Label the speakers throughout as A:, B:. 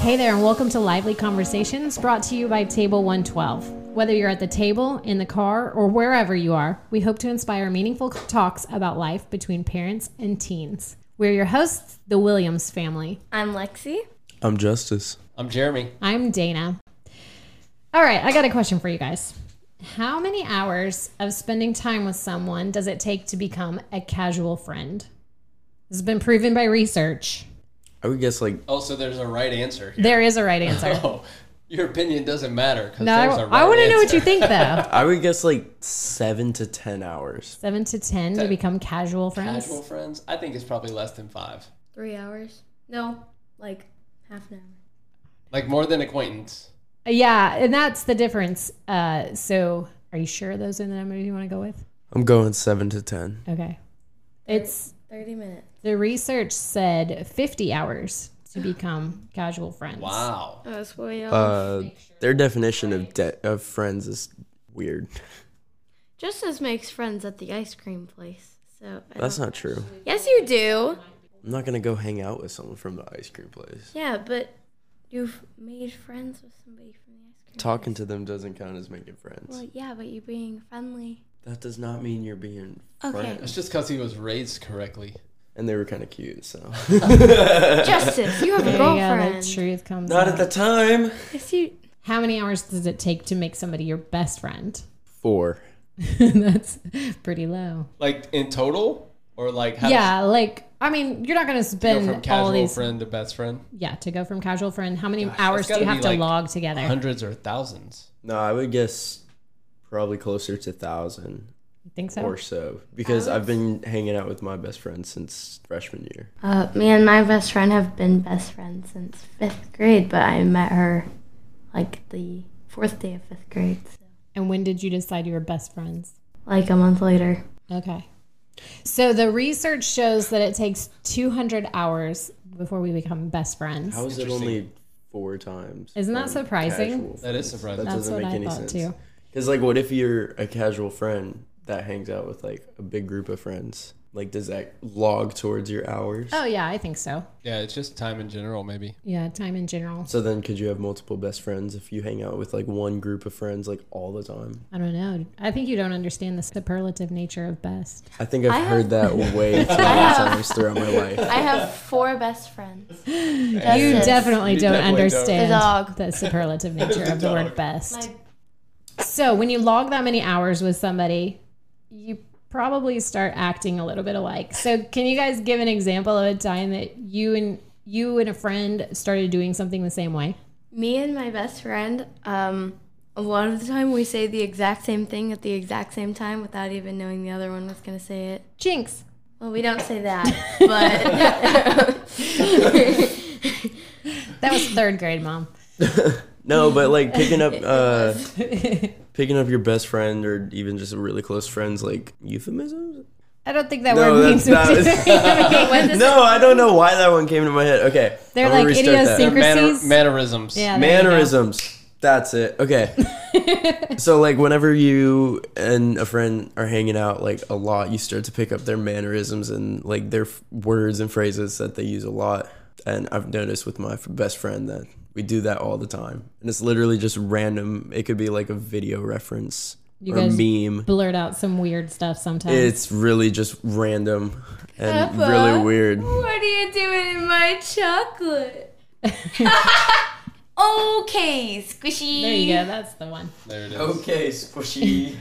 A: Hey there, and welcome to Lively Conversations brought to you by Table 112. Whether you're at the table, in the car, or wherever you are, we hope to inspire meaningful talks about life between parents and teens. We're your hosts, the Williams family.
B: I'm Lexi.
C: I'm Justice.
D: I'm Jeremy.
A: I'm Dana. All right, I got a question for you guys. How many hours of spending time with someone does it take to become a casual friend? This has been proven by research.
C: I would guess like
D: Oh, so there's a right answer here.
A: There is a right answer.
D: Oh, your opinion doesn't matter because
A: No,
D: there's
A: I,
D: a right
A: want to know what
D: answer.
A: you think though.
C: I would guess like seven to ten hours.
A: Seven to ten to
D: Ten.
A: become casual friends.
D: Casual friends? I think it's probably less than five.
B: Three hours? No, like half an hour.
D: Like more than acquaintance.
A: Yeah, and that's the difference. Uh, so, are you sure those are the numbers you want to go with?
C: I'm going seven to ten.
A: Okay, it's
B: 30 minutes.
A: the research said fifty hours to become casual friends.
D: Wow.
B: Oh, that's way off.
C: Uh, their definition of de- of friends is weird.
B: Justice makes friends at the ice cream place. So I
C: That's
B: don't-
C: not true.
B: Yes, you do.
C: I'm not gonna go hang out with someone from the ice cream place.
B: Yeah, but you've made friends with somebody from the ice cream.
C: Talking to them doesn't count as making friends.
B: Well, yeah, but you being friendly.
C: That does not mean you're being.
B: Okay,
D: It's just because he was raised correctly.
C: And they were kind of cute, so.
B: Justice, you have a
A: There you go,
B: girlfriend.
A: the truth comes
C: not
A: out.
C: at the time.
B: Yes, you.
A: How many hours does it take to make somebody your best friend?
C: Four.
A: that's pretty low.
D: Like in total? Or like how
A: Yeah, like I mean, you're not going to
D: does it go
A: spend
D: from
A: all
D: casual
A: these.
D: friend to best friend?
A: Yeah, to go from casual friend, how many hours do
D: gotta
A: you have
D: be
A: to
D: like
A: log together?
D: Hundreds or thousands.
C: No, I would guess probably closer to thousand
A: You think so?
C: or so because I've been hanging out with my best friend since freshman year.
B: Uh, me and my best friend have been best friends since fifth grade, but I met her like the fourth day of fifth grade, so,
A: And when did you decide you were best friends?
B: like a month later.
A: Okay. So the research shows that it takes 200 hours before we become best friends.
C: How is it only four times?
A: Isn't that
C: from
A: surprising?
C: casual
D: That
C: friends?
D: is surprising.
C: That
A: That's
C: doesn't
A: what
C: make
A: I
C: any
A: thought
C: sense.
A: too.
C: Because like, what if you're a casual friend that hangs out with like a big group of friends? Like, does that log towards your hours?
A: Oh yeah, I think so.
D: Yeah, it's just time in general, maybe.
A: Yeah, time in general.
C: So then, could you have multiple best friends if you hang out with like one group of friends like all the time?
A: I don't know. I think you don't understand the superlative nature of best.
C: I think I've
B: I
C: heard that way too many times throughout my life.
B: I have four best friends.
A: You
B: Yes.
A: definitely
D: You
A: don't
D: definitely don't.
A: understand
B: The dog.
A: the superlative nature of the word
D: dog.
A: best.
B: My-
A: So when you log that many hours with somebody, you probably start acting a little bit alike. So can you guys give an example of a time that you and you and a friend started doing something the same way?
B: Me and my best friend, um, a lot of the time we say the exact same thing at the exact same time without even knowing the other one was going to say it.
A: Jinx.
B: Well, we don't say that, but
A: That was third grade, mom.
C: No, but like picking up uh picking up your best friend or even just really close friends like euphemisms?
A: I don't think that
C: No,
A: word means
C: that's not-
A: what does-
C: No, I don't know why that one came to my head. Okay.
A: They're
C: I'm gonna
A: like
C: restart that.
D: They're manner-
A: Secrecies?
D: mannerisms.
A: Yeah, there you go.
C: Mannerisms. That's it. Okay. so like whenever you and a friend are hanging out like a lot, you start to pick up their mannerisms and like their f- words and phrases that they use a lot. And I've noticed with my f- best friend that we do that all the time. And it's literally just random. It could be like a video reference or
A: guys-
C: meme.
A: Blurt out some weird stuff sometimes.
C: It's really just random and really weird.
B: what are you doing in my chocolate? okay, squishy.
A: there you go. That's the one.
D: There it is.
C: Okay, squishy.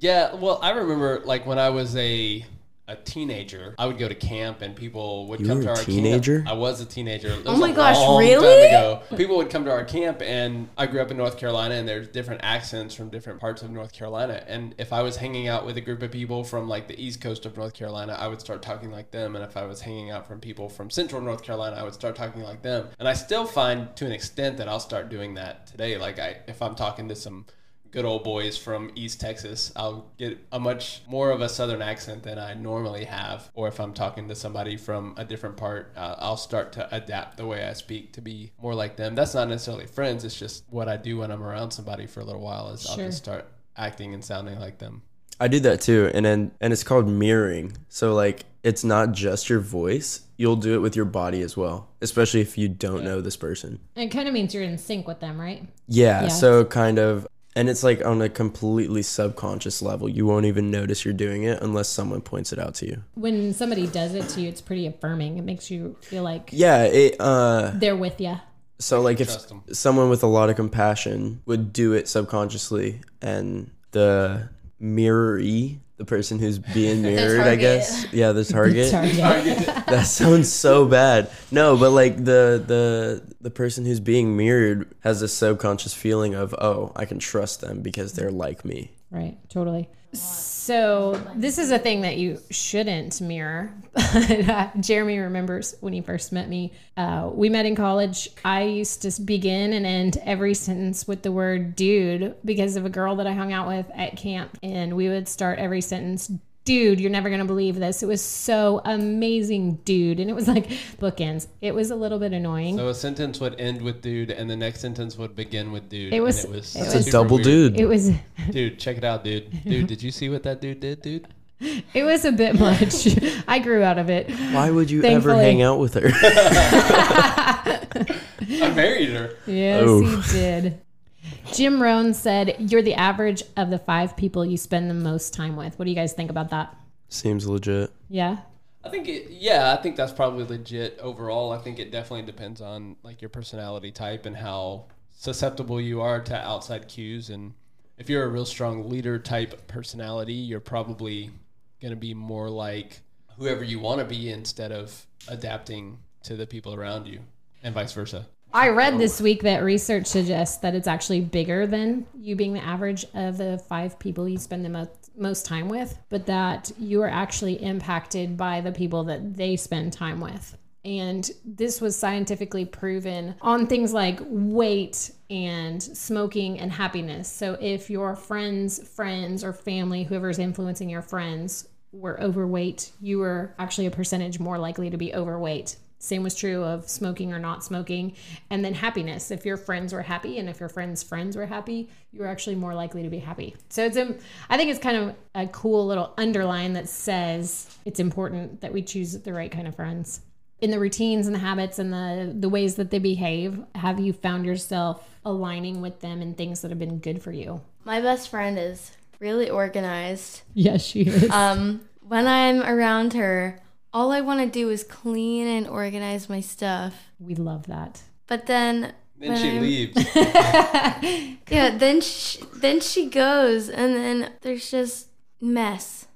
D: Yeah, well, I remember like when I was a a teenager, I would go to camp and people would
C: You
D: come
C: were
D: to
C: a
D: our
C: teenager?
D: camp. I was a teenager. It
B: Oh
D: was
B: my
D: a
B: gosh,
D: long time
B: really?
D: ago. People would come to our camp and I grew up in North Carolina and there's different accents from different parts of North Carolina. And if I was hanging out with a group of people from like the east coast of North Carolina, I would start talking like them. And if I was hanging out from people from central North Carolina, I would start talking like them. And I still find to an extent that I'll start doing that today. Like I if I'm talking to some good old boys from East Texas, I'll get a much more of a Southern accent than I normally have. Or if I'm talking to somebody from a different part, uh, I'll start to adapt the way I speak to be more like them. That's not necessarily friends. It's just what I do when I'm around somebody for a little while. Is I'll
A: Sure.
D: just start acting and sounding like them.
C: I do that too, and then and it's called mirroring. So like it's not just your voice; you'll do it with your body as well, especially if you don't know this person.
A: It kind of means you're in sync with them, right?
C: Yeah,
A: Yes.
C: so kind of, and it's like on a completely subconscious level. You won't even notice you're doing it unless someone points it out to you.
A: When somebody does it to you, it's pretty affirming. It makes you feel like
C: Yeah, it. Uh,
A: they're with you.
C: so like if
D: Trust 'em.
C: someone with a lot of compassion would do it subconsciously, and the mirroree, the person who's being mirrored, I
B: target.
C: guess. Yeah, the target.
A: Target.
C: That sounds so bad. No, but like the the the person who's being mirrored has this subconscious feeling of oh, I can trust them because they're like me.
A: Right, totally. So this is a thing that you shouldn't mirror. But, uh, Jeremy remembers when he first met me. Uh, we met in college. I used to begin and end every sentence with the word "dude" because of a girl that I hung out with at camp, and we would start every sentence. Dude, you're never gonna believe this. It was so amazing, dude. And it was like bookends. It was a little bit annoying.
D: So a sentence would end with dude, and the next sentence would begin with dude.
A: It was-
D: and it was
A: it That's
C: It's a
D: super
C: double
D: weird.
C: dude.
A: it was
D: Dude, check it out, dude. Dude, did you see what that dude did, dude?
A: it was a bit much. I grew out of it.
C: Why would you ever
A: Thankfully.
C: hang out with her?
D: I married her.
A: Yes,
C: Oh.
A: he did. Jim Rohn said, You're the average of the five people you spend the most time with. What do you guys think about that?
C: Seems legit.
A: Yeah.
D: I think it, yeah, I think that's probably legit overall. I think it definitely depends on like your personality type and how susceptible you are to outside cues and if you're a real strong leader type personality, you're probably going to be more like whoever you want to be instead of adapting to the people around you and vice versa.
A: I read this week that research suggests that it's actually bigger than you being the average of the five people you spend the most most time with, but that you are actually impacted by the people that they spend time with. And this was scientifically proven on things like weight and smoking and happiness. So if your friends, friends or family, whoever's influencing your friends were overweight, you were actually a percentage more likely to be overweight. Same was true of smoking or not smoking. And then happiness. If your friends were happy and if your friends' friends were happy, you were actually more likely to be happy. So it's a, I think it's kind of a cool little underline that says it's important that we choose the right kind of friends. In the routines and the habits and the, the ways that they behave, have you found yourself aligning with them in things that have been good for you?
B: My best friend is really organized.
A: Yes, she is.
B: Um, when I'm around her, all I want to do is clean and organize my stuff.
A: we love that.
B: But then,
D: Then she
B: I'm-
D: leaves.
B: yeah, then she, then she goes, and then there's just mess.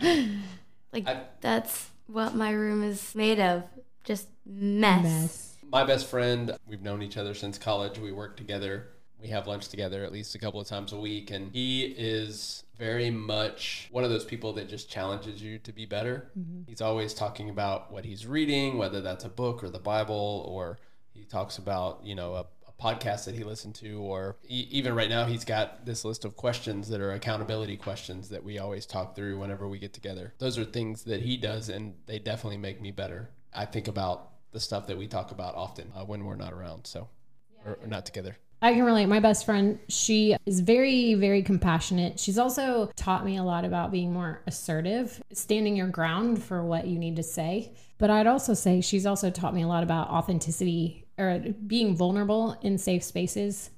B: like
D: I-
B: that's what my room is made of, just mess.
A: Mess.
D: my best friend we've known each other since college we work together we have lunch together at least a couple of times a week and he is very much one of those people that just challenges you to be better he's always talking about what he's reading whether that's a book or the bible or he talks about you know a, a podcast that he listened to or e- even right now he's got this list of questions that are accountability questions that we always talk through whenever we get together those are things that he does and they definitely make me better i think about the stuff that we talk about often uh, when we're not around so or, or not together
A: I can relate. My best friend, she is very, very compassionate. She's also taught me a lot about being more assertive, standing your ground for what you need to say. But I'd also say she's also taught me a lot about authenticity or being vulnerable in safe spaces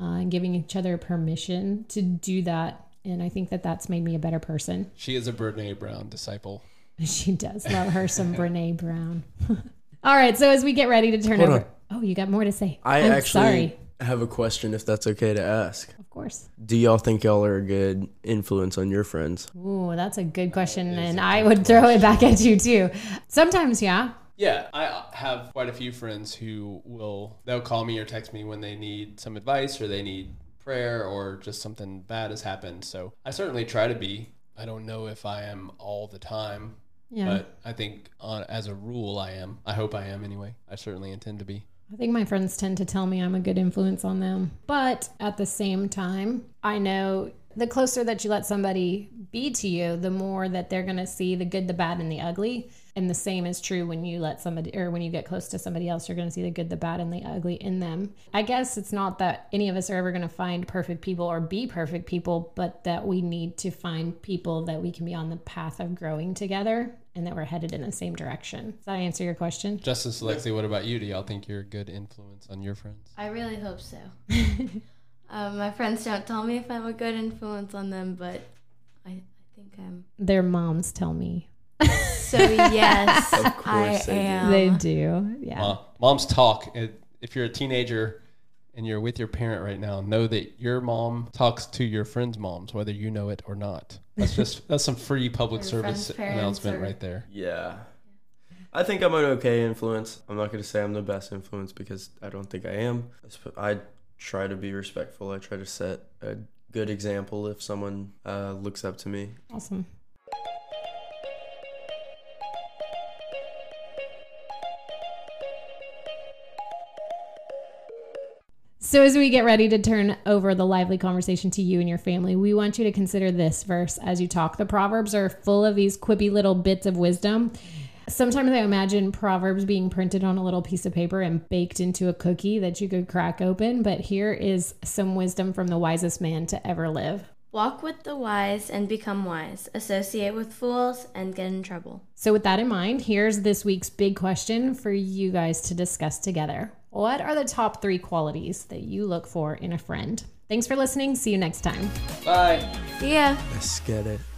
A: uh, and giving each other permission to do that. And I think that that's made me a better person.
D: she is a brene brown disciple
A: She does love her some Brene Brown. All right. So as we get ready to turn
C: Hold
A: over. Oh, you got more to say.
C: I
A: I'm
C: actually
A: sorry.
C: have a question if that's okay to ask.
A: Of course.
C: Do y'all think y'all are a good influence on your friends?
A: Ooh, that's a good question, and I would throw it back at you too. Sometimes, yeah.
D: Yeah, I have quite a few friends who will they'll call me or text me when they need some advice or they need prayer or just something bad has happened. So I certainly try to be. I don't know if I am all the time,
A: Yeah.
D: but I think on, as a rule I am. I hope I am anyway. I certainly intend to be.
A: I think my friends tend to tell me I'm a good influence on them. But at the same time, I know the closer that you let somebody be to you, the more that they're going to see the good, the bad, and the ugly. And the same is true when you let somebody or when you get close to somebody else, you're going to see the good, the bad, and the ugly in them. I guess it's not that any of us are ever going to find perfect people or be perfect people, but that we need to find people that we can be on the path of growing together and that we're headed in the same direction. Does that answer your question?
D: Justice Alexi, what about you? Do y'all think you're a good influence on your friends?
B: I really hope so. um, my friends don't tell me if I'm a good influence on them, but I, I think I'm.
A: Their moms tell me
B: So yes,
C: Of course
B: I
C: they do.
B: am.
A: they do. Yeah.
D: Mom, moms talk. It- If you're a teenager and you're with your parent right now, know that your mom talks to your friends' moms, whether you know it or not. That's just that's some free public
B: Your
D: service
B: friends' parents
D: announcement
B: or-
D: right there.
C: Yeah. I think I'm an okay influence. I'm not going to say I'm the best influence because I don't think I am. I sp- I try to be respectful. I try to set a good example if someone uh, looks up to me.
A: Awesome. So, as we get ready to turn over the lively conversation to you and your family, we want you to consider this verse as you talk. The Proverbs are full of these quippy little bits of wisdom. Sometimes I imagine Proverbs being printed on a little piece of paper and baked into a cookie that you could crack open, but here is some wisdom from the wisest man to ever live.
B: Walk with the wise and become wise. Associate with fools and get in trouble.
A: So, with that in mind, here's this week's big question for you guys to discuss together. What are the top three qualities that you look for in a friend? Thanks for listening. See you next time.
D: Bye.
B: See ya.
C: Let's get it.